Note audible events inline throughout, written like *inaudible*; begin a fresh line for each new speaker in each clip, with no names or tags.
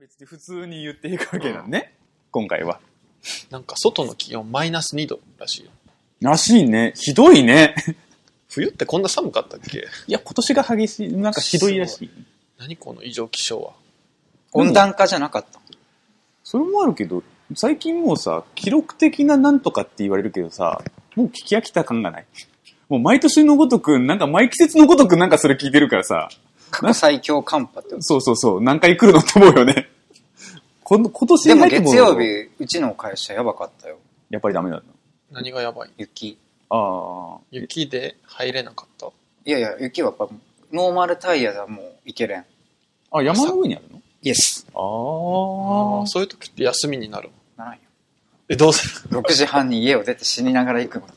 別に普通に言っていくわけだね、今回は。
なんか外の気温マイナス2度らしいよ。
らしいね。ひどいね。
冬ってこんな寒かったっ
*laughs*
け
いや、今年が激しい。なんかひどいらしい。
何この異常気象は。
温暖化じゃなかった。
それもあるけど、最近もうさ、記録的ななんとかって言われるけどさ、もう聞き飽きた感がない。もう毎年のごとく、なんか毎季節のごとくなんかそれ聞いてるからさ、
過去最強寒波ってこと。
そうそうそう、何回来るのって思うよね。 *laughs* この今年
で
に
も
入って
月曜日、うちの会社やばかったよ。
やっぱりダメだな。
何がやばい
雪。
ああ。
雪で入れなかった。
いやいや、雪はやっぱ、ノーマルタイヤではもういけれん。
あ、山の上にある
イエス。
の
ああ、そういう時って休みになる。
ならんよ。
え、どうする
6時半に家を出て死にながら行くの。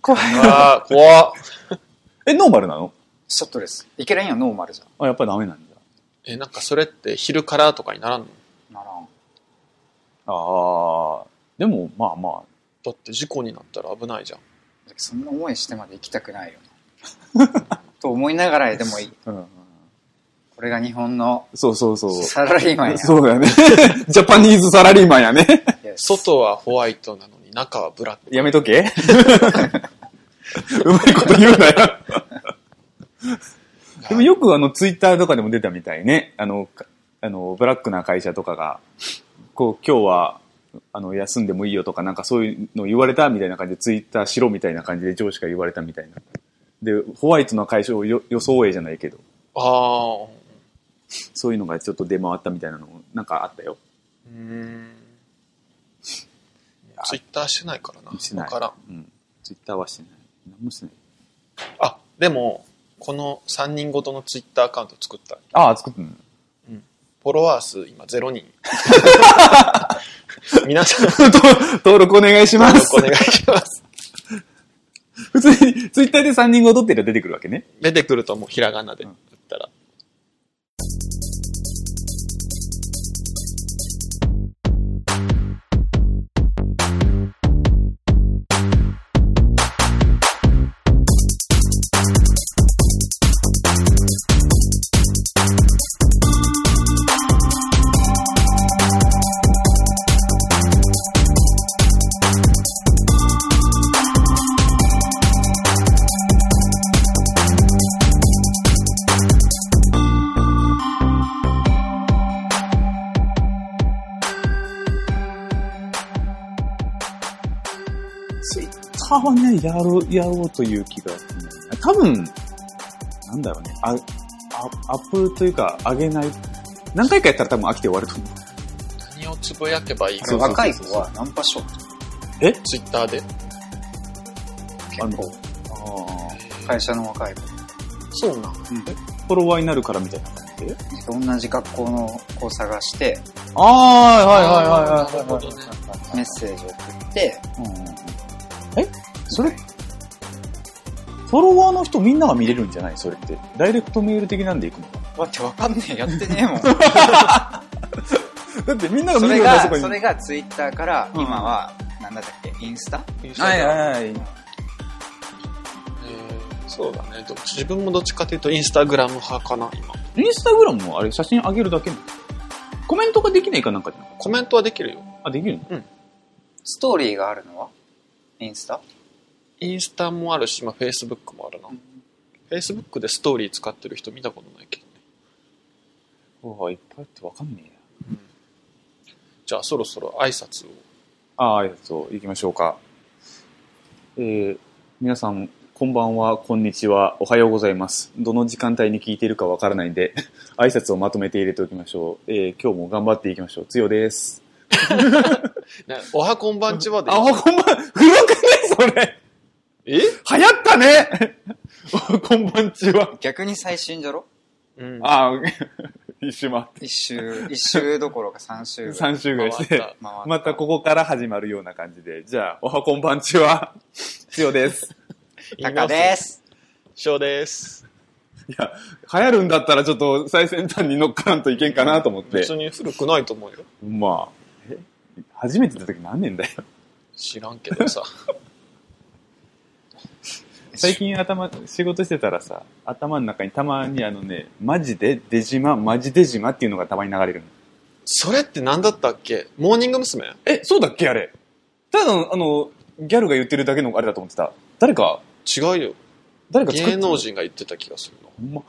怖い。
ああ、怖っ
ああ。え、ノーマルなの
ショットです。いけれんよ、ノーマルじゃ。
あ、やっぱりダメなんだ。
え、なんかそれって昼からとかにならんの
ならん。
ああ。でも、まあま
だって事故になったら危ないじゃん。
そんな思いしてまで行きたくないよ
*laughs*
な。と思いながら、でもいい、
あ。うん。
これが日本の
そうそうそう。
サラリーマンや。
そうだよね。 *laughs* ジャパニーズサラリーマンやね。
イエス
外はホワイトなのに中はブラック。
やめと *laughs* け。うまいこと言うなよ。 *laughs* でもよくあの、ツイッターとかでも出たみたいね。あの、かあの、ブラックな会社とかが、こう、今日は、あの、休んでもいいよとか、なんかそういうの言われたみたいな感じで、ツイッターしろみたいな感じで上司が言われたみたいな。で、ホワイトな会社をよ予想えじゃないけど、
ああ、
そういうのがちょっと出回ったみたいなのも、なんかあったよ。
うーん。ツイッターしてないからな。
してない
わからん。
うん。ツイッターはしてない。何もしてない。
あ、でも、この3人ごとのツイッターアカウント作った。
ああ、作ってんの *laughs*
フォロワー数今0人。皆さん、
登録お願いしま
登
す
録お。願いします。
*laughs* 普通に、ツイッターで3人ごとってら出てくるわけね。
出てくるともうひらがなで打ったら。
ツイッターはね、やろう、やろうという気がしない。多分、なんだろうね、あ、あアップルというか、上げない。何回かやったら多分飽きて終わると思う。
何をつぶやけばいい
あれ
か
そうそうそうそう
若い子はナンパショット
ツイッターで。
あ
結構
の、
会社の若い子
そうなん。
フォロワーになるからみたいな感じで。
同じ学校の子を探して
ああ、
はいはいはいはいはい
メッセージを送って
えそれ、フォロワーの人みんなが見れるんじゃないそれって。ダイレクトメール的なんでいくのか
わってわかんねえやってね
*laughs*
えもん
だってみんな
それ
ような
がそれがツイッターから
うん
今はなんだったっけインスタ
はいはいはい。
えーそうだね。ど自分もどっちかというとインスタグラム派かな、今。
インスタグラムもあれ写真上げるだけなのコメントができないかなんかじゃな
コメントはできるよ。
あ、できるの
ストーリーがあるのはインスタ
インスタもあるし、まあ、フェイスブックもあるな。フェイスブックでストーリー使ってる人見たことないけどね。
うわ、いっぱいあってわかんねえや。
じゃあそろそろ挨拶を。
ああ、そう、行きましょうか。えー、皆さん、こんばんは、こんにちは、おはようございます。どの時間帯に聞いているかわからないんで、 *laughs* 挨拶をまとめて入れておきましょう。えー、今日も頑張っていきましょう。つよです。
ね、おはこんばんちはでいい。
あ、こんばん、古くね、それ
え
流行った *laughs* ねこんばんち *laughs* は。
逆に最新じゃろ
うん。
ああ、 *laughs* 一周回っ *laughs*
一周一周どころか三
て、
周ぐらい
3周ぐらいし
回
て
った。
*laughs* 回っ
またここから始まるような感じで。じゃあ、おはこんばんち *laughs* は。つよです。
タカです
しょうです。
いや、流行るんだったらちょっと最先端に乗っからんといけんかなと思って
別。に古くないと思うよ。
まあ、え初めて出た時何年 *laughs* だよ。
知らんけどさ。 *laughs*
最近頭、仕事してたらさ、頭の中にたまにあのね、マジでデジマ、マジデジマっていうのがたまに流れるの。
それって何だったっけモーニング娘。
え、そうだっけあれ。ただの、あの、ギャルが言ってるだけのあれだと思ってた。誰か、
違うよ。
誰か作って
芸能人が言ってた気がするの。
ほんま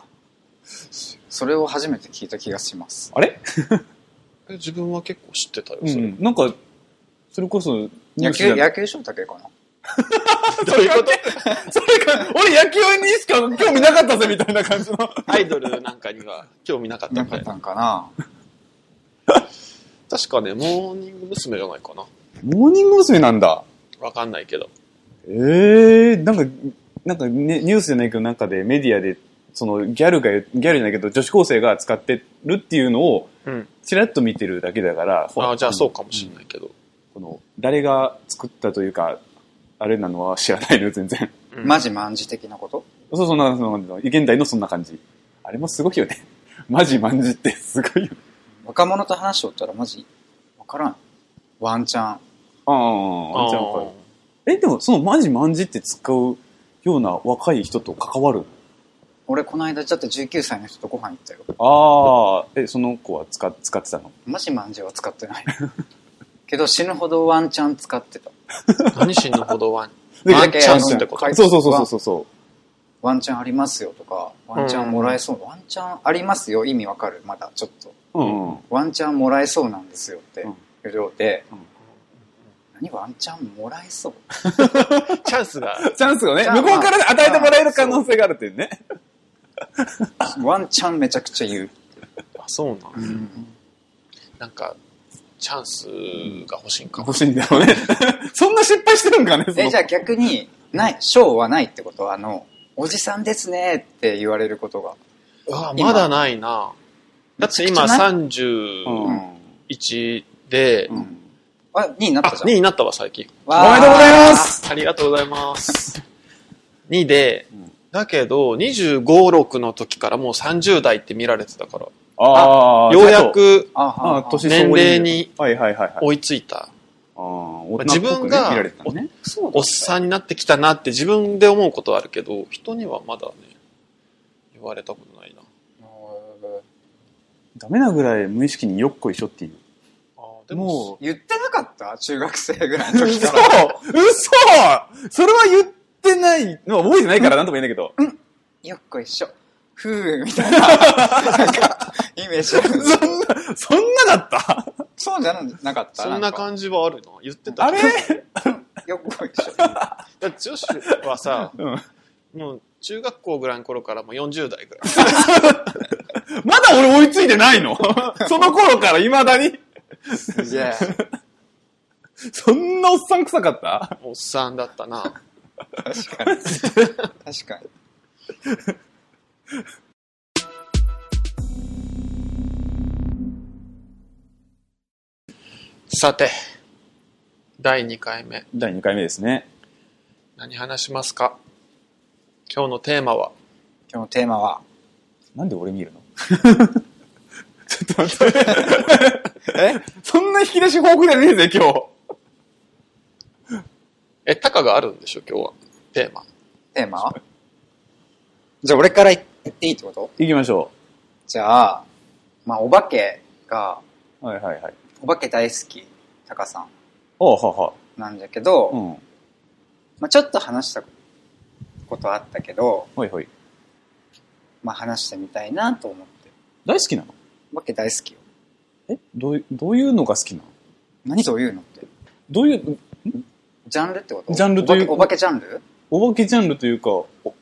それを初めて聞いた気がします。
あれ
え自分は結構知ってたよ、
う
それ。
*laughs* ん。なんか、それこそ、
野
ニュースじ
球、
ゃな
野球翔太系かな
どういうこと
*laughs* それか、俺野球にしか興味なかったぜみたいな感じの。
アイドルなんかには興味なかった
な
みた
か
い
った
な。
んかな
確かね、モーニング娘。じゃないかな。
モーニング娘。なんだ。
わかんないけど。
ええなんか、なんか、ね、ニュースじゃないけどなんかでメディアで、そのギャルが、ギャルじゃないけど女子高生が使ってるっていうのを、
うん。
ちらっと見てるだけだから、ほら
ああ、じゃあそうかもしれないけど。
この、誰が作ったというか、あれなのは知らないのよ、全然。 *laughs*
うん
マジ卍的なこと
そう、そんな、そんな感じの。現代のそんな感じ。あれもすごいよね。マジマンジってすごいよね。
若者と話しとったらマジ、わからん。ワンチャン。
ああ、あんちゃんか。え、でもそのマジマンジって使うような若い人と関わる
俺この間だって19歳の人とご飯行ったよ。
ああ、え、その子は使っ使ってたの
マジ卍は使ってない。 *laughs* けど死ぬほどワンチャン使ってた。
あー何しんのほどは。
で
ワンチャンスってこと
あの
そうそうそうそうそう。
ワンチャンありますよとか、ワンチャンもらえそう、ワンチャンありますよ、意味わかるまだちょっと。
うん、うん。
ワンチャンもらえそうなんですよって
うん
言うようで、
うん
何ワンチャンもらえそう *laughs*
チャンスが。
チャンスがね、
じゃあ
向こうから与えてもらえる可能性があるっていうね。
ワンチャンめちゃくちゃ言う。
あ、そうな。
うんん、
なんか、チャンスが欲しいんかも。
欲しいんだろうね。 *laughs* そんな失敗してるんかね、その
え、じゃあ逆に、ない、賞はないってことは、あの、おじさんですねって言われることが。
うわ
今
まだないな。だって今
めちゃくちゃ
うん。
31で、
うんあ、2位になっ
あ、
たじゃん。
2位になったわ、最近。
お
わー
めでとうございます
ありがとうございます。2で
うん、
だけど、25、6の時からもう30代って見られてたから、
ああ、
ようや。く
あはは
ああ、年
年齢に
はいはいはいはい。
追いついた。
あー
自分が
大人っぽくね見られてたのね。
そうだ
おっさんになってきたなって自分で思うことはあるけど、人にはまだね、言われたことないな。
ダメなぐらい無意識によっこいしょっていう。
あーでも
もう、
言ってなかった中学生ぐらいの時
嘘
から。
嘘それは言ってない。まあ覚えてないからなんとも言えないけど。
よっこいしょ。ふうみたいな。なんか、イメージある。
そんな、そんなだった
そうじゃなかった
そんな感じはあるな。言ってた
あれ
じ。よっこいしょ。
だって女子はさ、
うん
もう中学校ぐらいの頃からもう40代ぐらい。
まだ俺追いついてない *laughs* のその頃から未だに。
すげえ。
そんなおっさん臭かった
おっさんだったな。
確かに。確かに。
さて、第2回目、
第2回目ですね。
何話しますか今日のテーマは、
今日のテーマは、
なんで俺見るのちょっと待って。 *laughs* えそんな引き出し豊富じゃねえぜ、今日。
え、タカがあるんでしょ今日は。テーマ。
テーマはじゃあ俺から言っていいってこと
行きましょ
じゃあ、まあお化けが、
う。はいはいはい。
お化け大好き、タカさん
ああ、はあは
なんだけど、
あ。うん。
まあちょっと話したことあったけど、
はいはい。
まあ話してみたいなと思って。
大好きなの
お化け大好きよ。
えどういどういうのが好きなの
何そういうのって。
どういう、
ジャンルってこと
ジャンルという
お化けお化けジャンル
お化けジャンルというか、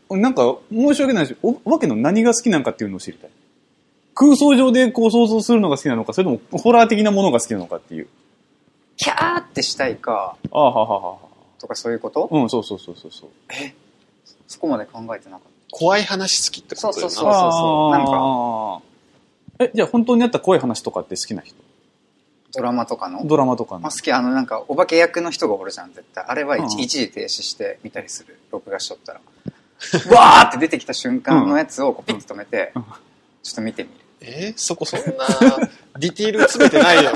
おなんか申し訳ないし、おお化けの何が好きなのかっていうのを知りたい。空想上でこう想像するのが好きなのか、それともホラー的なものが好きなのかっていう。
キャーってしたいか、
ああ、はあはあは
とかそういうこと、
あ。うん、そうそうそうそうそう。
そこまで考えてなかっ
怖い話好きってことだよな。
そうそうそうなん
か。え、じゃあ本当にあった怖い話とかって好きな人
た。ドラマとかの。
ドラマとか
ま
の
あ、。好き、あの、なんか、お化け役の人がおるじゃん、絶対。あれは一,、
うん
一時停止して見たりする。録画しと
*laughs*
ったら。わーって出てきた瞬間のやつをこうピッと止めて、
うん
ちょっと見てみ
えそこそんな *laughs* ディティール詰めてないよ。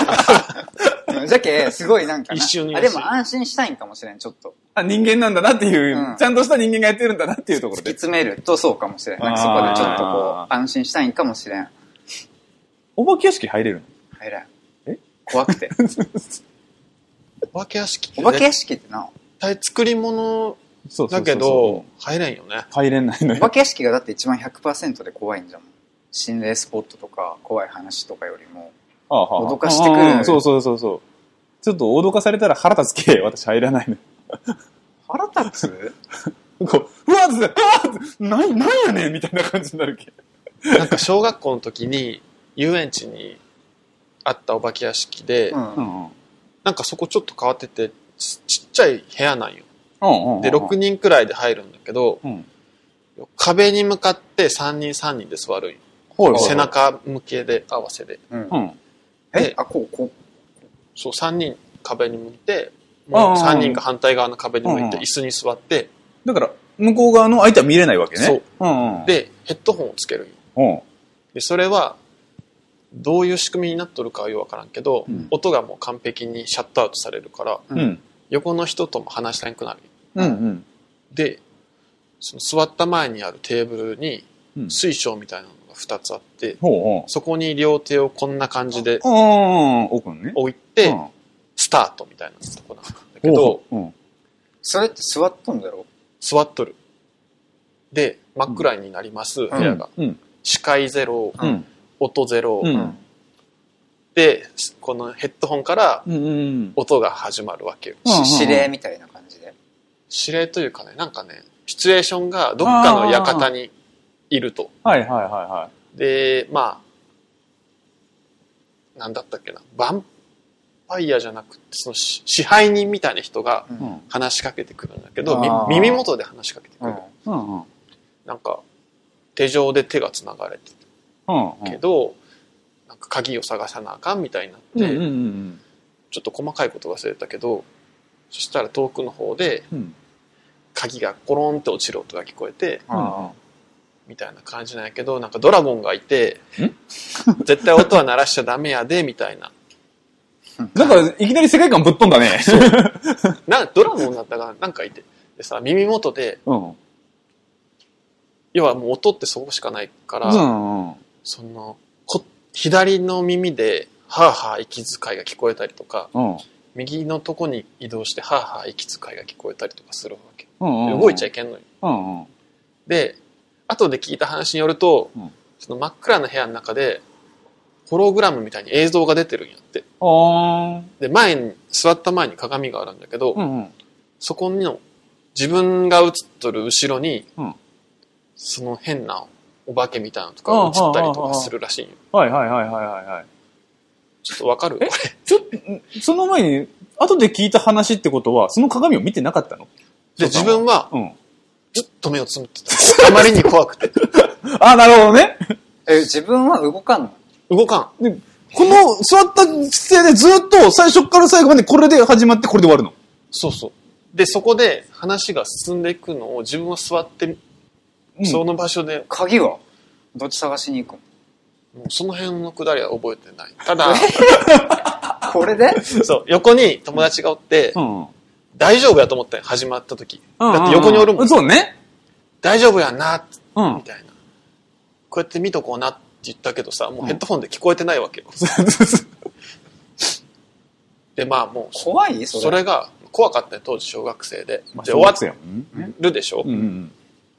る。じゃけ、すごいなんかな
一瞬に
あ、でも安心したいんかもしれん、ちょっと。
あ、人間なんだなっていう、
うん
ちゃんとした人間がやってるんだなっていうとこ
突
ろ
き
で。
詰めるとそうかもしれん。なんかそこでちょっとこ
あ
う、安心したいんかもしれん。
お化け屋敷入れるの
入らん。怖
*laughs*
くて。
お化け屋敷って
お
ね
化け屋敷ってな、
絶対作り物
そうそうそうそう
だけど、入れんよね。
入れないの
*laughs* お
よ。
化け屋敷がだって一番100%で怖いんじゃん。心霊スポットとか怖い話とかよりも。
ああはあ
脅かしてくる
ああそうそうそうそう。ちょっと脅かされたら腹立つけ、私入ら *laughs* ないの。
腹立つ
*laughs* こう、うわっつって、うわっつって、なん、なんやねんみたいな感じになるけ。
なんか小学校の時に、遊園地にあったお化け屋敷で、
うん。
う
うん
んうん。
なんかそこちょっと変わってて、ちちっちゃい部屋なんよ。
うんうん。
で、6人くらいで入るんだけど、
うん。
壁に向かって3人3人で座るんよ。
ほ
い
背。中向けで合わせで。
うん。
え
で、
あ、こう、こ
そう、3人壁に向いて、
あ
もう
あ
3人が反対側の壁に向いて
うん
椅子に座って、
だから、向こう側の相手は見れないわけね。
そう。
うんうん。、
で、ヘッドホンをつけるんよ。
うん。
で、それは、どういう仕組みになっとるかはよくわからんけど、
うん
音がもう完璧にシャットアウトされるから、
うん。うん
横の人とも話したくなる。
うん。
で、その座った前にあるテーブルに
うん
水晶みたいなのが2つあって、
ほうほう。
そこに両手をこんな感じで
うんうんうん。奥のね。
置いて、
うん
スタートみたいなとこなんだけ
ほう
ど
ほ、う、うん。
う、それって座っとんだろ
座っとる。で、真っ暗になります、部屋が。
うん。
視界ゼロ、
うん。
音ゼロ、
うん
で、このヘッドホンから
うんうん。
音が始まるわけよ。
うんうんうん
し指令みたいな感じで。
指令というかね、なんかね、シチュエーションがどっかの館にいると。
はいはいはいは
で、まあ、なんだったっけな、バンパイアじゃなくて、その支支配人みたいな人が
う。
い。うんん。
話しかけてくるんだけど、
あー
み耳元で話しかけてく
う
る。
ん。
うんうん。
なんか、手錠で手が繋がれてる
うんうん。
けど、なんか鍵を探さなあかんみたいになって、
うんうんうん
ちょっと細かいこと忘れたけど、そしたら遠くの方で
うん。
鍵がコロンって落ちる音が聞こえて、
あ
みたいな感じなんやけど、なんかドラゴンがいて
ん、
*laughs* 絶対音は鳴らしちゃダメやで、みたいな。
だから、いきなり世界観ぶっ飛んだね。
な、ドラゴンだったかななんかいて。でさ、耳元で、
うん。
要はもう音ってそこしかないから、
うんうん。
その、こ、左の耳で、はぁはぁ息遣いが聞こえたりとか、
うん。
右のとこに移動して、はぁはぁ息遣いが聞こえたりとかするわけ。
うん
で
うん。
動いちゃ
い
いけんのよ。
うんうん。
で、後で聞いた話によると、
うん
その真っ暗な部屋の中で、ホログラムみたいに映像が出てるんやって。
あ
で、前に、座った前に鏡があるんだけど、
ー。うんうん。
そこの自分が映っとる後ろに、
うん
その変なお化けみたいなのとかが映ったりとかするらしいんよ。
はいはいはいはいはいはい。
ちょっとわかる
えちょっと、その前に、後で聞いた話ってことは、その鏡を見てなかったのそ
で、
う
自
か
分は
うん。
ずっと目をつむってた。あまりに怖くて。
あ、なるほどね。
え、自分は動かんの
動かん。
でこの座った姿勢でずっと最初から最後までこれで始まってこれで終わるの。
そうそう。で、そこで話が進んでいくのを自分は座って、
うん
その場所で、
鍵はどっち探しに行く
もうその辺のくだりは覚えてない。ただ、
のこれ *laughs* で
そう、横に友達がおって、
うん。
大丈夫やと思ったよ、始まった時。だって横におるもん。
そうね。
大丈夫やんな、
う
み
ん。
たいな。こうやって見とこうなって言ったけどさ、もうヘッドホンで聞こえてない
*laughs*
わけよ。で、まあもう、そ
怖いそれ。
それが怖かったよ、当時小学生で。で、終
終わ
わ
ってよ。
るでしょ、
うんうん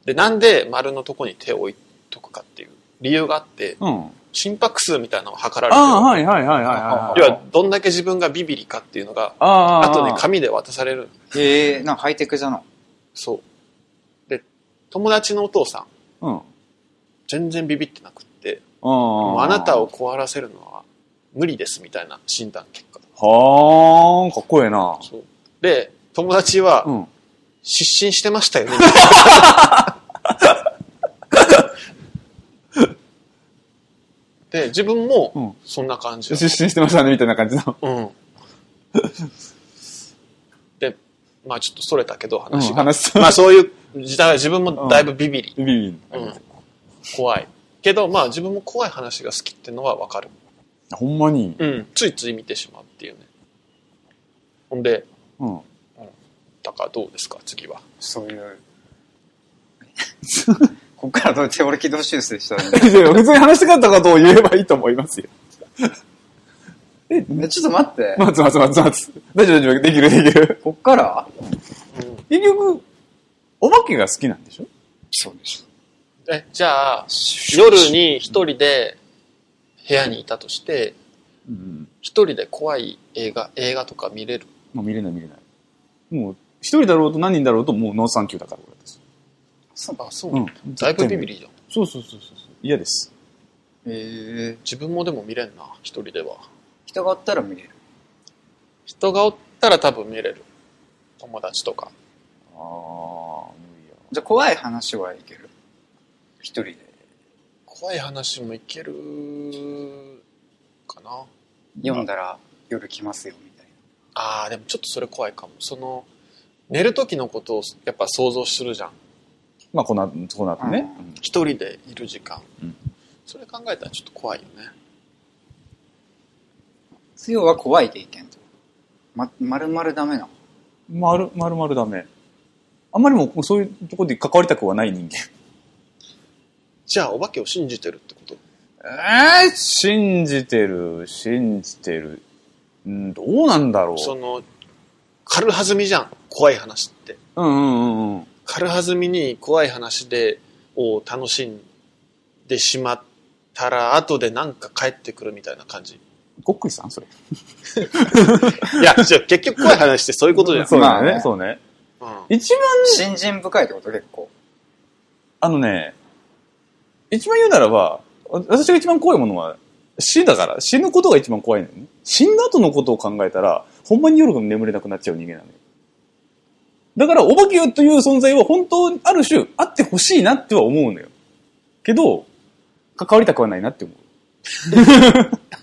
で、なんで丸のとこに手を置いとくかっていう理由があって、
うん。うん。
心拍数みたいなのを測られてる
ああ、はいはいはいはいはい。
要は、どんだけ自分がビビリかっていうのが、
ああ。
後で紙で渡される。
へえ、なんかハイテクじゃな。
そう。で、友達のお父さん、
うん。あ
全然ビビってなくって、もう
あ
あなたを。壊らせるのは無理ですみたいな診断結果だ
はあ、かっこええな。
そうで、友達は
うん。
失神してました
*laughs*
よね。で、自分
う
も
ん
そんな感じだ、
出身してましたね、みたいな感じの。
うん。で、まあちょっとそれたけど
うん
話が。
話す。
まあそういう時代は自分もだいぶビビり、
ビビン。
うん怖い。けどまあ自分も怖い話が好きってのはわかる。
ほんまに。
うん。ついつい見てしまうっていうね。ほんで、
*laughs* うん。
だからどうですか、次は。
そう *laughs* いう。こっからどうやって俺軌道修正したらいいんだ
いや普通に話したかったことを言えばいいと思いますよ。
え、 *laughs* ちょっと待って。
*laughs* 待つ待つ待つ待つ。大丈夫大丈夫。できるできる。
こっから
結局、お化けが好きなんでしょ
そうでし
え、じゃあ、
ょ
夜。に一人で部屋にいたとして、
うん。
一人で怖い映画、映画とか見れる。
もう見れない見れない。もう、一人だろうと何人だろうともうノーサンキューだから、俺たち。
そう
あ、そう
う
なん
ん
だ。。だいぶビビ
り。
リじゃん。
そうそうそうそう。嫌です。
ええ。
自分もでも見れんな、一人では。
人がおったら見れる。
人がおったら多分見れる。友達とか。
ああ、無理や。
じゃあ怖い話はいける。一人で。
怖い話もいけるかな。
読んだら夜来ますよ、みたいな。
あー、でもちょっとそれ怖いかも。その、寝る時のことをやっぱ想像するじゃん。
まあ、この後、この後ね。
う
うん
一人でいる時間。
うん
それ考えたらちょっと怖いよね。
つよは怖いでいけんと。ま、まるまるダメなの。
まる、まるまるダメ。あんまりもうそういうところで関わりたくはない人間。
じゃあ、お化けを信じてるってこと
えー、信じてる、信じてる。うん、どうなんだろう。
その、軽はずみじゃん。怖い話って。
うんうんうんうん。
軽はずみに怖い話で、を楽しんでしまったら、後でなんか帰ってくるみたいな
*laughs*
感じ。
ごっくりさんそれ。
いや、じゃあ結局怖い話ってそういうことじゃん。
そうだ
まあ
ね。
ね
そうね。
うん
一番、
信心深いってこと結構。
あのね、一番言うならば、わ私が一番怖いものは死だから、死ぬことが一番怖いんだよね。死んだ後のことを考えたら、ほんまに夜が眠れなくなっちゃう人間なのよ。だから、お化けという存在は本当にある種、あってほしいなっては思うのよ。けど、関わりたくはないなって思う。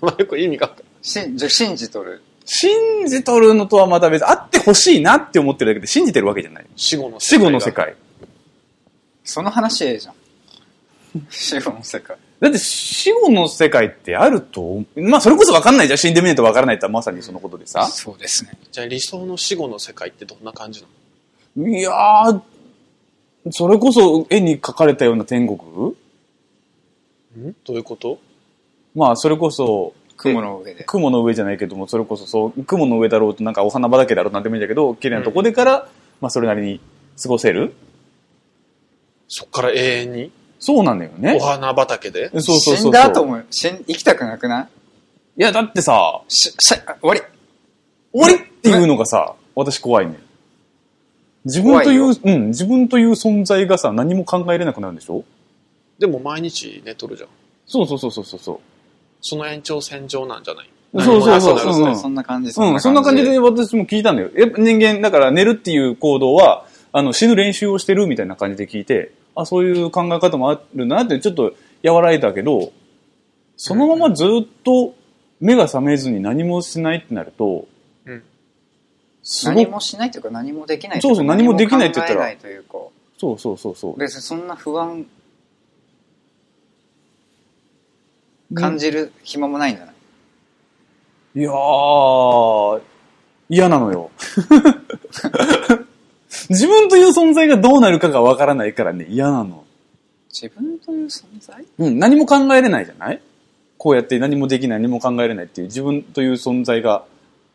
まあよく意味が分かる
しん、じゃあ信じとる。
信じとるのとはまた別、あってほしいなって思ってるだけで信じてるわけじゃない。
死後の
死後の
世
世
界
界。
その話ええじ
*laughs*
ゃん。死後の世界。
だって死後の世界ってあると、まあそれこそ分かんないじゃん。死んでみないと分からないってまさにそのことでさ。
そうですね。
が。じゃあ理想の死後の世界ってどんな感じなの
いやー、それこそ絵に描かれたような天国
んどういうこと
まあそれこそ、
雲の上で。
雲の上じゃないけども、それこそそう、雲の上だろうとなんかお花畑だろうなんでもいいんだけど、綺麗なとこでから、まあそれなりに過ごせる
そっから永遠に
そうなんだよね
お。花畑で
そうそうそうそう。
死んだ後も、死ん、生きたくなくない
いやだってさ、
し、しゃ、あ終わり。
終わりっていうのがさ、私怖いね。自分という、うん、自分という存在がさ、何も考えれなくなるんでしょ
でも毎日寝とるじゃん。
そうそうそうそうそうそう。
その延長線上なんじゃない
そうそうそう
何もなくな
う
る
ん
そんな感じ。
うん、そんな感じで。私も聞いたんだよ。やっぱ人間、だから寝るっていう行動は、あの、死ぬ練習をしてるみたいな感じで聞いて、あ、そういう考え方もあるなって、ちょっと和らいだけど、そのままずっと目が覚めずに何もしないってなると、
うん
すご
何
く、
もしないというか何もできない。
そうそう何もできないって言ったら
何も考えないというか、
そうそうそうそう。
別にそんな不安感じる暇もないんじゃない
いやー、嫌なのよ。 *laughs* 自分という存在がどうなるかがわからないからね、嫌なの。
自分という存在
うん、何も考えれないじゃないこうやって何もできない、何も考えれないっていう自分という存在が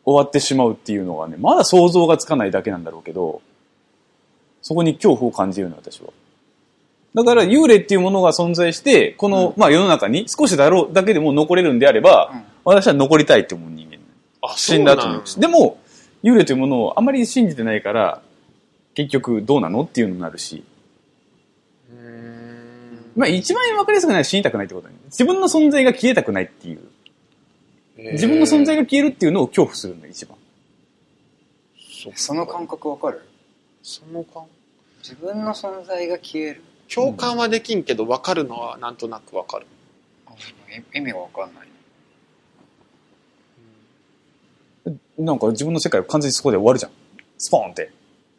終わってしまうっていうのがね、まだ想像がつかないだけなんだろうけど、そこに恐怖を感じるの、私は。だから幽霊っていうものが存在して、この、
うん
まあ世の中に少しだろうだけでも残れるんであれば、
うん
私は残りたいって思う人間。
あ、そ
死
うんな
だ
ん
後に。でも、幽霊というものをあまり信じてないから、結局どうなのっていうのになるし。
うーん
まあ一番分かりやすくないのは死にたくないってことだね。自分の存在が消えたくないっていう。自分の存在
が。
が消えるっていうのを恐怖するんだよ、一番。
そ
その感覚わかる
その感
自分の存在が消える
共感はできんけど、分かるのはなんとなく分かる。
あ意味がわかんない。
なんか自分の世界は完全にそこで終わるじゃん。スポーンって。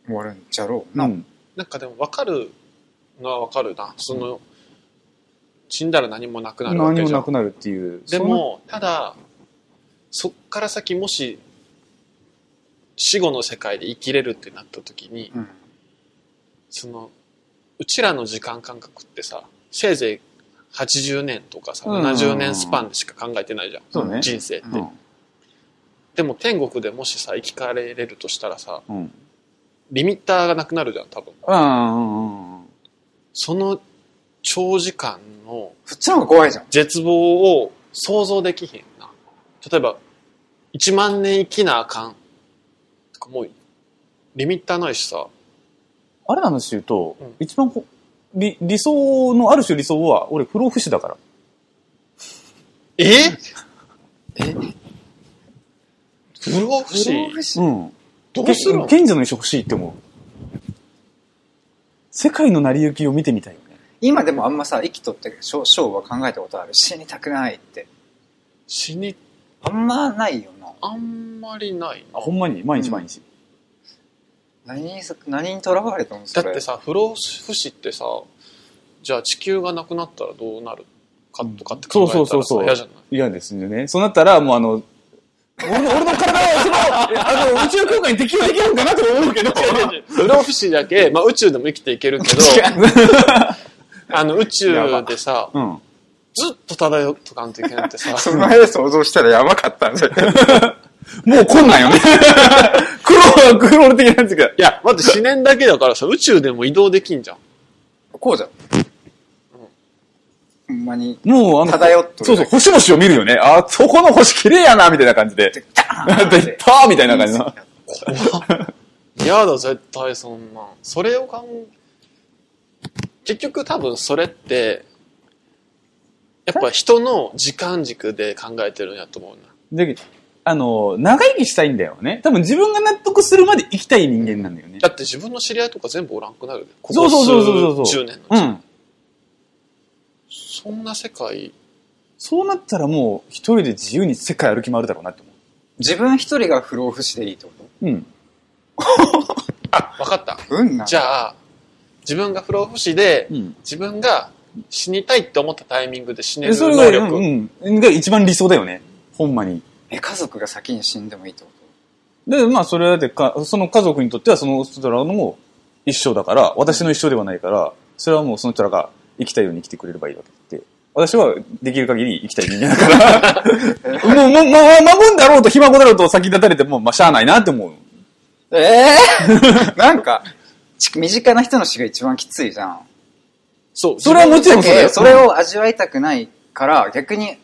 終わるんじゃろう
う
な。
ん。
なんかでも分かるのは分かるな。その、死んだら何もなくなるわ
何
け
も
じゃ
なんく。なるっていう。
でも、ただ、そっから先もし、死後の世界で生きれるってなった時に、
うん。
その、うちらの時間感覚ってさ、せいぜい80年とかさ、
うん
70年スパンでしか考えてないじゃん。
そうね
人生って。
その、
でも天国でもしさ、生き返れるとしたらさ、
うん。
リミッターがなくなるじゃん、多分。
ああ、うんうん。
その長時間の
そっちの方が怖いじゃん。
絶望を想像できひんな。例えば、1万年生きなあかん。とかもう、リミッターないしさ、
あれの話言うと、
うん
一番こ理理想の、ある種理想は、俺、不老不死だから。
ええ不老不死
うん。
どうするの
賢者の石欲しいって思う。世界の成り行きを見てみたいよね。
今でもあんまさ、生きとって、ショショーは考えたことある。死にたくないって。
死に、
あんまないよな。
あんまりない
あ、
な。
ほんまに、毎日毎日。
何にさ、何に囚われたのそ
だ
れ。
ってさ、不老不死ってさ、じゃあ地球がなくなったらどうなるかとかって考えた
そうそうそ
ら
う
さ
そう
嫌じゃない
嫌ですよね。そうなったら、もうあの、俺の俺の体は、その、あの、宇宙空間に適応できるのかなと思うけど。
不老不死だ
*laughs*
け、まあ、宇宙でも生きていけるけど、あの宇宙でさ、
うん。
ずっと漂っとかんといけなく
*laughs*
てさ、
その絵想像したらやばかったんだよ。
もうこんなんよね。黒は黒的なやつが。
いや、待って、死年だけだからさ、宇宙でも移動できんじゃん。
こうじゃん。ほんまに。
もうあの、
漂っとる。
そう
*laughs*
そう、星々を見るよね。あ、そこの星綺麗やな、みたいな感じで。
ダーンっ
*laughs*
て
で、いったーみたいな感じの。
*laughs* 嫌だ、絶対そんなん。それを考え、結局多分それって、やっぱ人の時間軸で考えてるんやと思うな。
で、あの、長生きしたいんだよね。多分自分が納得するまで生きたい人間なんだよね。
だって自分の知り合いとか全部おらんくなるで。こ
そう
こ
そう
数
そうそうそう
十年のう
う
ち、
ん。
そんな世界、
そうなったらもう一人で自由に世界歩き回るだろうなって思
自分一人が不老不死でいいってこ
う。うん。
わかった。
とうんな。
じゃあ、自分が不老不死で、
うん。
自分が死にたいって思ったタイミングで死ね
え
る
それ
能
が、
力。
うん、うん。が一番理想だよね。ほんまに。
え、家族が先に死んでもいいってこ
で、まあ、それだってか、その家族にとっては、その人らのも一生だから、私の一生ではないから、それはもうその人らが生きたいように生きてくれればいいわけで、私はできる限り生きたい人間だ
*laughs*
から、もう、もう、もう、孫だろうと、ひ孫だろうと先立たれても、まあ、しゃあないなって思う。
とえ
*laughs*
えなんか、ち身近な人の死が一番きついじゃん。
そう。
それはもちろん
だ
そうだ
け
よ。
どそれを味わいたくないから、逆に、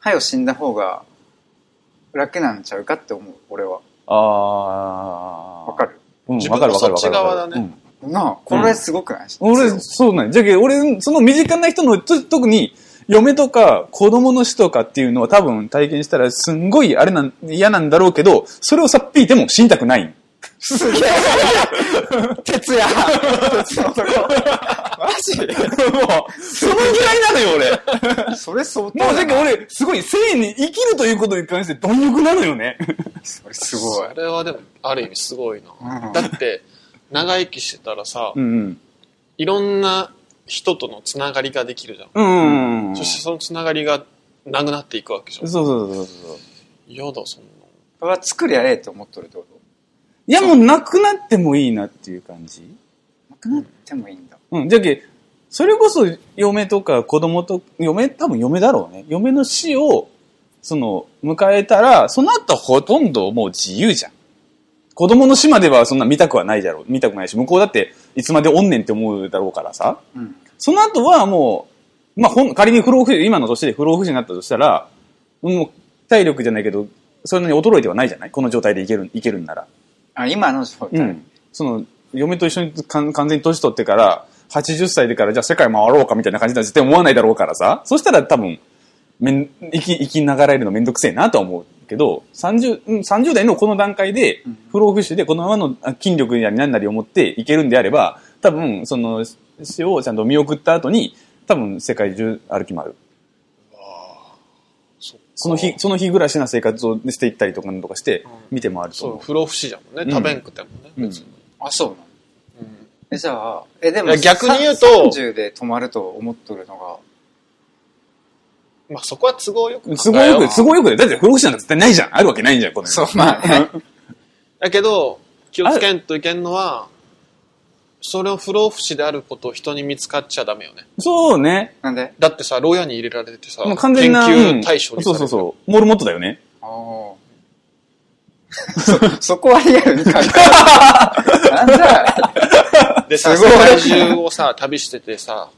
早よ死んだ方が楽なんちゃうかって思う、俺は。
ああ。
わかる
うん、
自
わ
分
かる
の
わかるわ
そっ
か
ち
る。
側だね
うん
なあ、これすごくない、
俺、そうなんやじゃけ俺、その身近な人の、と特に、嫁とか子供の死とかっていうのは多分体験したらすんごいあれなん、嫌なんだろうけど、それをさっぴいても死にたくない。
すげえ
*laughs*
徹夜徹のとこ。マ
もう、そのぐらいなのよ、俺。
ジそれ相当
もう、じ
だ
ゃけ
な。
俺、すごい、生に生きるということに関して貪欲なのよね。
それすごい
そ。れはでも、ある意味すごいな。
うん
だって、長生きしてたらさ、
うん
いろんな人とのつながりができるじゃん。
うん。うんうん。
そして
そ
そのつながりがなくなっていくわけじゃ。
うんそうそうそう。
嫌だ、そんなの。
それは作りゃええと思っとるってこと
いや、もうなくなってもいいなっていう感じ。
なくなってもいいんだ。
うん。じゃけ、それこそ嫁とか子供と、嫁、多分嫁だろうね。嫁の死を、その、迎えたら、その後ほとんどもう自由じゃん。子供の死まではそんな見たくはないじゃろう。見たくないし、向こうだっていつまでおんねんって思うだろうからさ。
うん。
その後はもう、まあ、ほん仮に不老不死、今の年で不老不死になったとしたら、もう体力じゃないけど、そんなに衰えてはないじゃないこの状態でいける、いけるんなら。
あ、今の状態。
その、嫁と一緒にかん完全に年取ってから、80歳でからじゃあ世界回ろうかみたいな感じだ絶対思わないだろうからさ。そしたら多分、めん、生き、生きながらえるのめんどくせえなとは思うけど、30、うん30代のこの段階で
うん、
不老不死でこのままのあ筋力や何なりを持っていけるんであれば、多分、その、死をちゃんと見送った後に、多分世界中歩き回る。
そっか
その日、その日暮らしな生活をしていったりとかなんとかして
うん、
見て回ると
そう、
思
不老不死じゃもんね。
うん
食べんくてもね、
うん
別に。
あ、そうなの
うん
え、じゃあ、え、で
い
も、
や逆に言うと
30で止まると思っとるのが、
まあそこは都合よく
う。
考
すご
えよう
よく、すごよく、だって不老不死なんて絶対ないじゃん。あるわけないじゃん、この世
そう、まあね。
だけど、気をつけんといけんのは、それを不老不死であることを人に見つかっちゃダメよね。
そうね。
なんで
だってさ、牢屋に入れられてさ、
もう完全な。
研究対象
うん
にさ
そう
れて
そうそう。モルモットだよね。
ああ。そ *laughs* こはリアルに考える。なんじゃあれ
でさ、
すご
世
い
界中をさ、旅しててさ、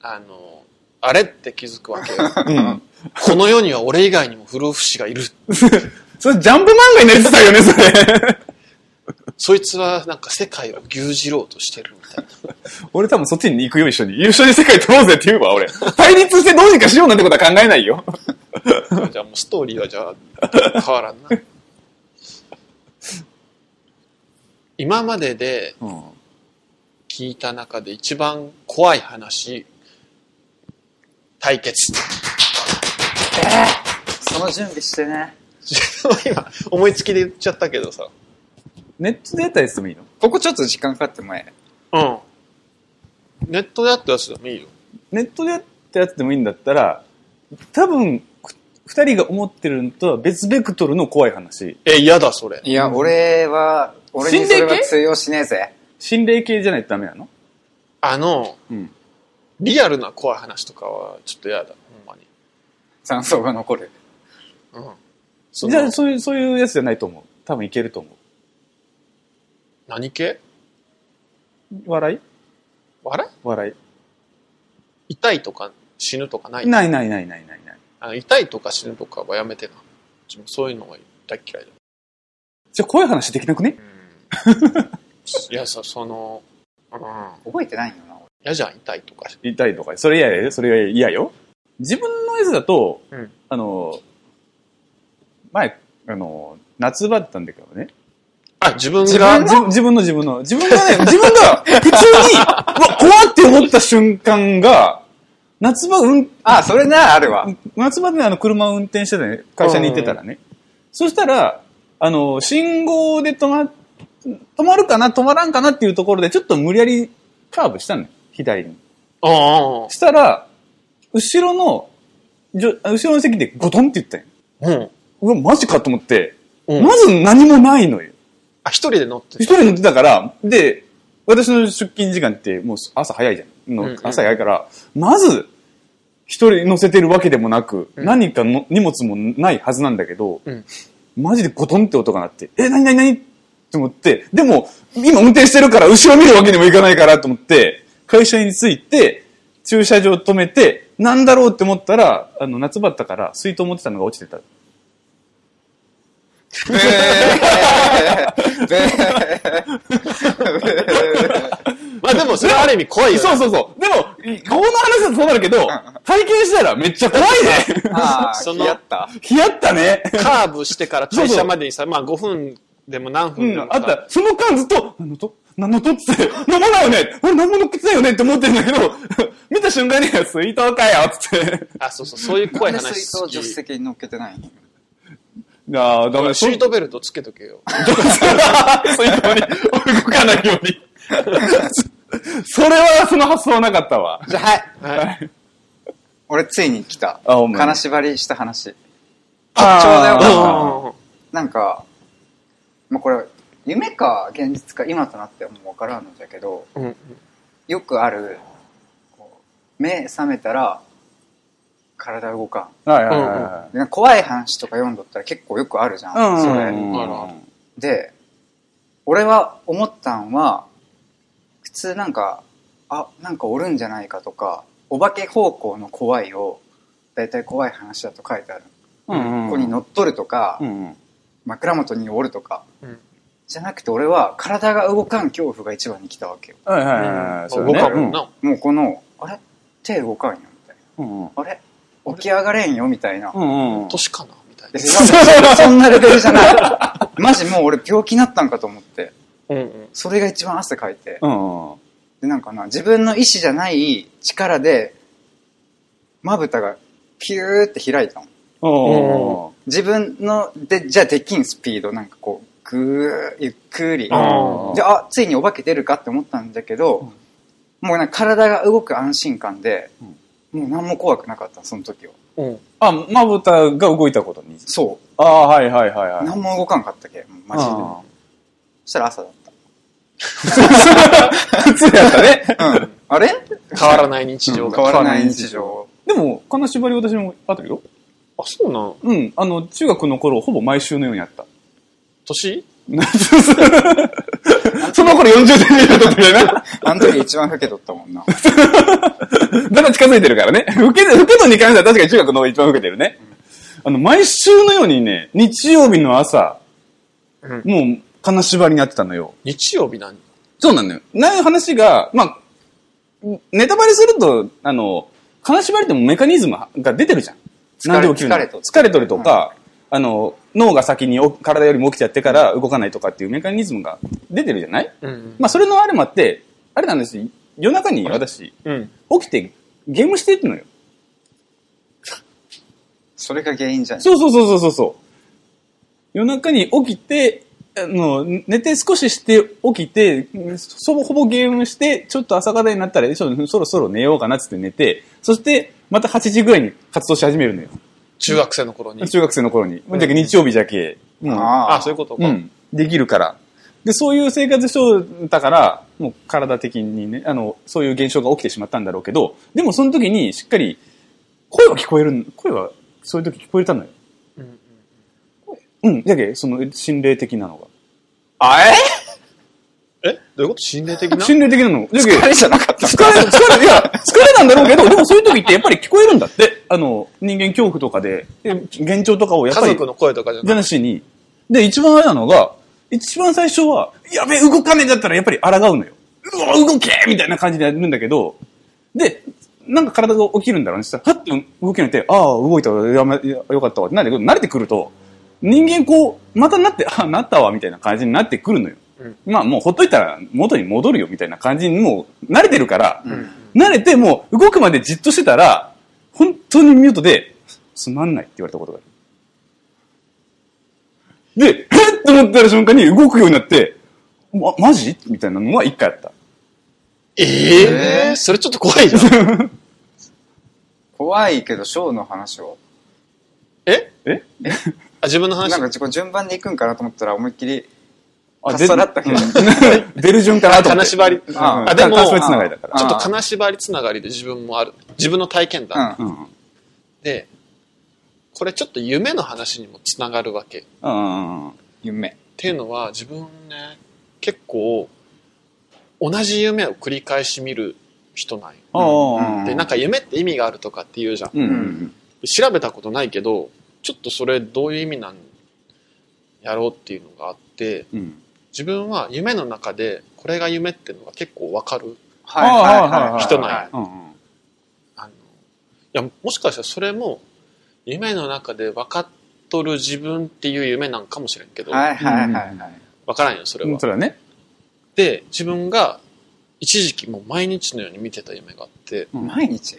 あの、あれって気づくわけよ。
うん。
この世には俺以外にも不老不死がいる。
それジャンプ漫画になってたよね、それ。
そいつはなんか世界を牛耳ろうとしてるみたいな。
*laughs* 俺多分そっちに行くよ、一緒に。一緒に世界取ろうぜって言うわ、俺。対立してどうにかしようなんてことは考えないよ。
じゃあもうストーリーはじゃあ変わらんな。今までで
うん。
聞いた中で一番怖い話、対決。 *laughs*
その準備してね。
今、思いつきで言っちゃったけどさ。
ネットでやったやつでもいいの
ここちょっと時間かかって前。
うん。ネットであったやつでもいいよ。
ネットでやったやつでもいいんだったら、多分、く二人が思ってるのとは別ベクトルの怖い話。
え、嫌だ、それ。
いや、俺は、俺にそれは通用しねえぜ。
心霊系じゃないとダメなの
あの、
うん。
リアルな怖い話とかはちょっと嫌だ、ほんまに。
残像が残る。
うん。そ
じゃ
の
あ、そういう、そういうやつじゃないと思う。多分いけると思
何系
う。笑い
笑い
笑
痛いとか死ぬとかない
い。ないないないないないない。
あの痛いとか死ぬとかはやめてな。自分そういうのは大嫌いだ。
じゃあ、怖い話できなくね
*laughs* いやさ、その、うん。
覚えてないよな、俺。
嫌じゃん、痛いとか。
痛いとか、それ嫌やで、それ嫌よ。自分のやつだと、
うん
あの、前、あの、夏場だったんだけどね。
あ、自分
自
が、
分自自分の自分の、自分がね、 *laughs* 自分が普通に、うわ、怖って思った瞬間が、夏場運、
あ、それならあるわ。
夏場でねあの車を運転してたね、会社に行ってたらね。そしたら、あの、信号で止ま、止まるかな、止まらんかなっていうところで、ちょっと無理やりカーブしたのよ、左に。
あ
したら、後ろの、じょ後ろの席でゴトンって言ったんよ。
あ、うん。
うわ、マジかと思って、
うん
まず何もないのよ。
あ、一人で乗って
一人乗ってたから、で、私の出勤時間ってもう朝早いじゃん。の
うんうん
朝早いから、まず、一人乗せてるわけでもなく、
うん
何かの荷物もないはずなんだけど、
うん
マジでゴトンって音が鳴って、え、なになになにって思って、でも、今運転してるから後ろ見るわけにもいかないからと思って、会社に着いて、駐車場止めて、なんだろうって思ったら、あの、夏場だったから、水筒持ってたのが落ちてた。
ブーブー
まあでも、それはある意味怖いよね。
そうそうそう。でも、この話だとそうなるけど、体験したらめっちゃ怖いね。
ああ、
そ
そ
の
のやった。
*laughs* 冷やったね。
カーブしてから会社までにさ、まあ5分でも何
う
分で
ん、
も
あっ
さ、
た。その間ずっと、何のと何のとっつって、飲まないよね俺何も乗っけてないよねって思ってるんだけど、 *laughs* 見た瞬間に、水筒かよっつって。
あ、そうそう、そういう怖
ないんで
話
水筒
好
助手
き。
席に乗っけてないの
*laughs* ああ、ダメだ。
シートベルトつけとけよ。
*laughs* 水筒に動かないように。 *laughs* それはその発想なかったわ。
じゃあ、はい。
はい。
俺ついに来た。
あお前
金縛りした話。
あ
ちょうどよか
あ
っなんか、まあ、これ、夢か現実か今となってはもうわからんのだけど、
あ。うん。
よくある、こう目覚めたら、体動か
はいはいは
ん。で怖い話とか読んどったら結構よくあるじゃん。
いはい。
そ
うん
れ。
あるある
で、俺は思ったんは、普通なんか、あ、なんかおるんじゃないかとか、お化け方向の怖いを、だいたい怖い話だと書いてある。
うん。
ここに乗っとるとか、
うんうん。
枕元におるとか、
うん
じゃなくて俺は体が動かん恐怖が一番に来たわけよ
はいはいはいは
あ
い。そう
動
ね
かんもんな。
もうこのあれ手動かんよみたい
うんうん。
なあれ起き上がれんよみたいな、
うんうん。
年かなみたい
で
な。
そんなレベルじゃないマジもう俺病気になったんかと思って
うんうん。
それが一番汗かいて
うんうん。
でなんかな自分の意志じゃない力でまぶたがピューって開いたの
おー
自分のでじゃあできんスピードなんかこうぐーゆっくり
あ
で、あ、ついにお化け出るかって思ったんだけど、もうなんか体が動く安心感で、もう何も怖くなかった、その時は。
うん。
あ、まぶたが動いたことに。
そ
ああ、はいはいはいは
う。
い。
何も動かんかったけ、マジで。
あ
そしたら朝だっ
ー普通やったね。
た。うん。あれ
変わらない日常が。
変わらない日常。
でも、金縛り私もあったよ。
あ、そうなん
*laughs* うん。あの、中学の頃、ほぼ毎週のようにあった。
年
その頃40代ぐらいだったんだよな。
あの時一番老けとったもんな。
だから近づいてるからね。受けて、受けとに関しては確かに中学の一番受けてるね。あの、毎週のようにね、日曜日の朝、
うん
もう、金縛りになってたのよ。
日曜日何
そうなのよ。な話が、まあ、ネタバレすると、あの、金縛りってもメカニズムが出てるじゃん。
れ
何で起きるの
疲れと
疲れとるとか、あの、脳が先にお体よりも起きちゃってから動かないとかっていうメカニズムが出てるじゃない
うん。
まあ、それのあれもあって、あれなんですよ。夜中に私、
うん。
起きてゲームしてるのよ。
それが原因じゃない。
そうそうそうそうそうそう。夜中に起きて、あの、寝て少しして起きて、そぼほぼゲームして、ちょっと朝方になったら、ちょっとそろそろ寝ようかなっつって寝て、そして、また8時ぐらいに活動し始めるのよ。
中学生の頃に。
中学生の頃に。
ん
じゃけ日曜日じゃけ。もう
あ
あ
あ、
そういうことか。
うん。できるから。で、そういう生活しとったから、もう体的にね、あの、そういう現象が起きてしまったんだろうけど、でもその時にしっかり、声は聞こえる、声はそういう時聞こえたのよ。
うんうん
うん。じゃけ、その、心霊的なのが。
あ
えどういうこと心霊的な
心霊的なの。じゃけ、疲
え
れ、
彼じゃなかった。
疲れ、いや、疲れなんだろうけど、でもそういう時ってやっぱり聞こえるんだって。あの、人間恐怖とかで、幻聴とかをやっぱ
家
り。
族の声とかじゃ
じゃ
なく
なしに。で、一番あれなのが、一番最初は、やべえ、動かねえんだったらやっぱり抗うのよ。うわ、動けみたいな感じでやるんだけど、で、なんか体が起きるんだろうね。そしたら、はっと動きになって、ああ、動いたわ、やめ、やよかったわってなるんだけど、慣れてくると、人間こう、またなって、ああ、なったわ、みたいな感じになってくるのよ。
うん
まあ、もうほっといたら元に戻るよ、みたいな感じにもう、慣れてるから、
うん
慣れて、もう動くまでじっとしてたら、本当にミュートで、つまんないって言われたことがある。で、えっと思ったら瞬間に動くようになって、ま、マジみたいなのは一回あった。
ええそれちょっと怖いじゃん。
怖いけど、ショーの話を。
え
え
あ、自分の
なん
話
か自己順番で行くんかなと思ったら思いっきり、
あ
かっさらったけど。
うん *laughs* 出る順かなと思って。
金縛り
あ、
あ
あ
で
で
も
も、金縛りつながりだから。
ちょっと金縛りつながりで自分もある。自分の体験談。
うん。
うん。うん
で、これちょっと夢の話にもつながるわけ。っ
うんうん。
夢。
ていうのは自分ね、結構、同じ夢を繰り返し見る人なんよ。
ああ。
で、なんか夢って意味があるとかって言うじゃん。
うんうん
調べたことないけど、ちょっとそれどういう意味なんやろうっていうのがあって、
うん。うん。
自分は夢の中でこれが夢っていうのが結構わかる
はい
ああはいはい
はい
は
はいい。
人なんや。
うんうん。
あの、いや、もしかしたらそれも、夢の中で分かっとる自分っていう夢なんかもしれんけど、
はいはいはいはい。
分からんよ、それ
う
は
ん。それはね。
で、自分が、一時期もう毎日のように見てた夢があって、
うん
毎日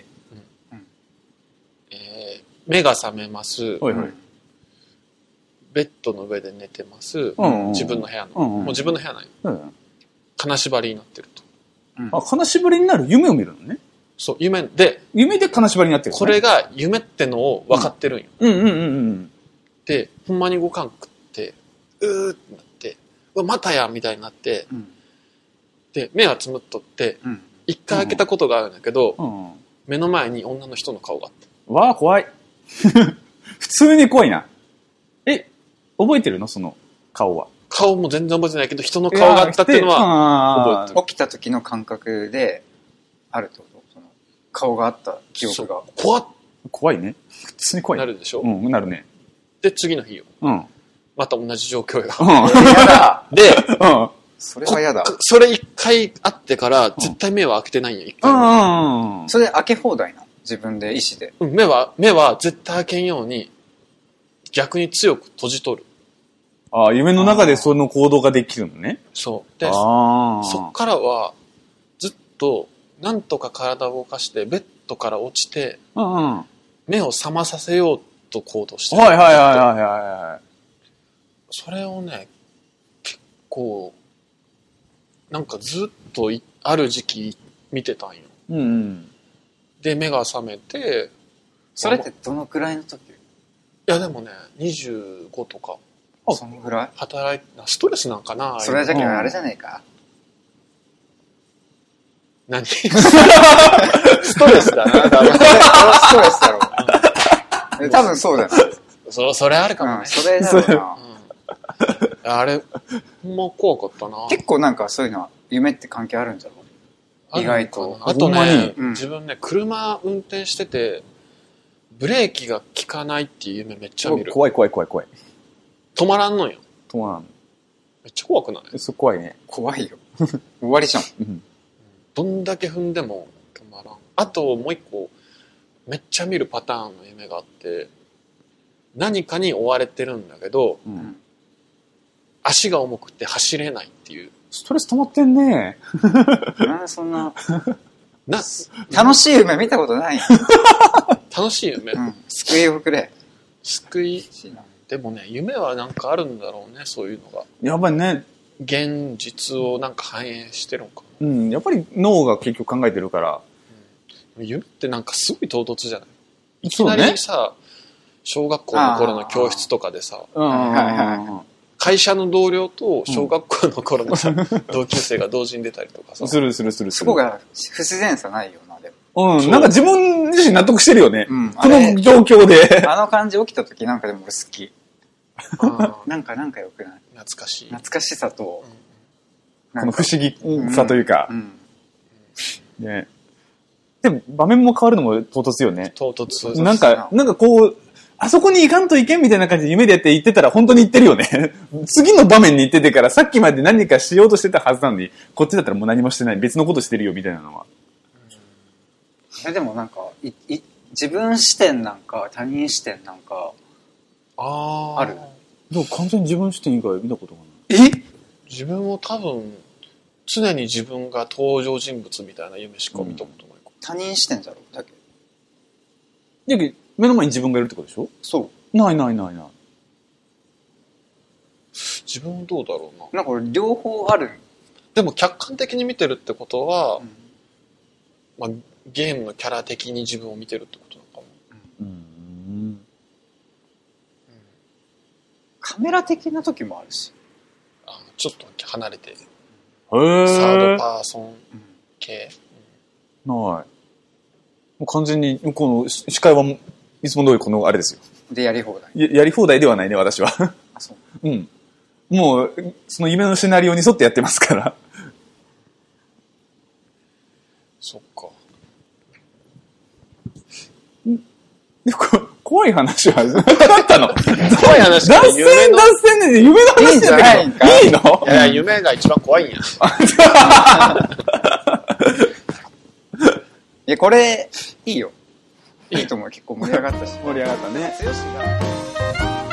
えー目が覚めます、
はいはい。
ベッドの上で寝てます、
うんうん
自分の部屋の、
うんうん
もう自分の部屋ない、
うん
金縛りになってると。
あ、金縛りになる夢を見るのね。
そう、夢で、
夢で金縛りになってるのね。
これが夢ってのを分かってるんよ。
うんうんうんうん。
で、ほんまに動かんくって、うーってなって、うわまたやみたいになって、
うん。
で、目はつむっとって、
うん。
一回開けたことがあるんだけど、
うん。
目の前に女の人の顔があった。
わあ、怖い。 *laughs* 普通に怖いな。え、覚えてるのその顔は。
顔も全然覚えてないけど、人の顔があったっていうのは、
は
覚え
起きた時の感覚であるってことその顔があった記憶が。
怖っ
怖いね。普通に
て
怖い。
なるでしょ、
うん、なるね。
で、次の日よ。
うん。うん。
また同じ状況よ。
う
やだ
で、
ん。
それは嫌だ。
それ一回会ってから、絶対目は開けてないんよ、一
う
回も、
ん。うん。
それ開け放題なの自分で意思で。
うん目は、目は絶対開けんように、逆に強く閉じとる。
ああ、夢の中でその行動ができるのね。
そう。で、
ああ。
そっからは、ずっと、なんとか体を動かして、ベッドから落ちて、
うんうん。はい
目を覚まさせようと行動してる
はいはいはいはいはい。
それをね、結構、なんかずっといある時期見てたんよ。
うんうん。
で、目が覚めて、
それってどのくらいの時
いやでもね、25とか、あ
そのぐらい
働いて、ストレスなんかな
それじ
ゃ、
ゃけあれじゃないか。
何ストレスだな、多分
それストレスだろう。多分そうだよ
そ、それあるかも
な。う
ね
ん、。それだろう
うんあれ、ほんま怖かったな。
結構なんかそういうのは夢って関係あるんじゃない
ある
意
のかな
外と
あと
ほんま
ね
に、
うん
自分ね、車運転してて、ブレーキが効かないっていう夢めっちゃ見る。
怖い怖い怖い怖い。
止まらんのよ。
止まらん。
めっちゃ怖くない
それ怖いね。
怖いよ。終わりじゃん。
うん。
どんだけ踏んでも止まらん。あともう一個、めっちゃ見るパターンの夢があって、何かに追われてるんだけど、
うん。
足が重くて走れないっていう。
ストレス溜まってんね。
なんでそんな、
な、
楽しい夢見たことない。
楽しい夢。
うん。救いをくれ。
救い。
しいな
でもね、夢はなんかあるんだろうね、そういうのが。
やっぱりね、
現実をなんか反映してるのかな。
うん、やっぱり脳が結局考えてるから。
夢ってなんかすごい唐突じゃないいき
そ
な
うね
りさ、小学校の頃の教室とかでさ、
うんうんうん
はいはい
うん
会社の同僚と小学校の頃のさ、 *laughs* 同級生が同時に出たりとかさ、
するするするす
そ
る
こ。が不自然さないよな、でも。
う、
そうん
なんか自分自身納得してるよね。
うん。あ
この
れ、
状況で。
*laughs* あの感じ起きた時なんかでも俺好き。
あー
なんかなんか良くない
懐かしい。
懐かしさと
うん、
こ
なん
の
か
不思議さというか
う。ん。
ね。でも、場面も変わるのも唐突よね。
唐突。
う
なんか、なんかこう、あそこに行かんといけんみたいな感じで夢でやって行ってたら本当に行ってるよね。 *laughs* 次の場面に行っててからさっきまで何かしようとしてたはずなのに、こっちだったらもう何もしてない。別のことしてるよみたいなのは。
えでもなんかいい自分視点なんか他人視点なんか
あー
ある
でも完全に自分視点以外見たことがない。
え
自分も多分、常に自分が登場人物みたいな夢しか見たことないか
他人視点じゃろだけ
だけど目の前に自分がいるってことでしょ
そ
ないないないない。
自分はどうだろうな。
うなんか俺両方ある、
でも客観的に見てるってことは、
うん
まあ、ゲームのキャラ的に自分を見てるってことなのかも。
うん。
カメラ的な時もあるし、
あのちょっと離れて、
へー
サードパーソン
うん
系。
ない。もう完全に向こうの視視界はもういつも通りこのあれですよ。
でやり放題
ややり放題ではないね、私は。
あそ
*laughs*
う
うん。もう、その夢のシナリオに沿ってやってますから。 *laughs*
そっか。
でこ怖い話は、 *laughs* なんかだ
*laughs*
ったの
怖い話
脱線、
夢の
脱線で、夢の話じゃない
いいん
の
じゃない
いいの
いやいや、夢が一番怖いんや。
いやこ *laughs* れいいよいいと思う結構盛り上がったし
盛り上がったね。
剛が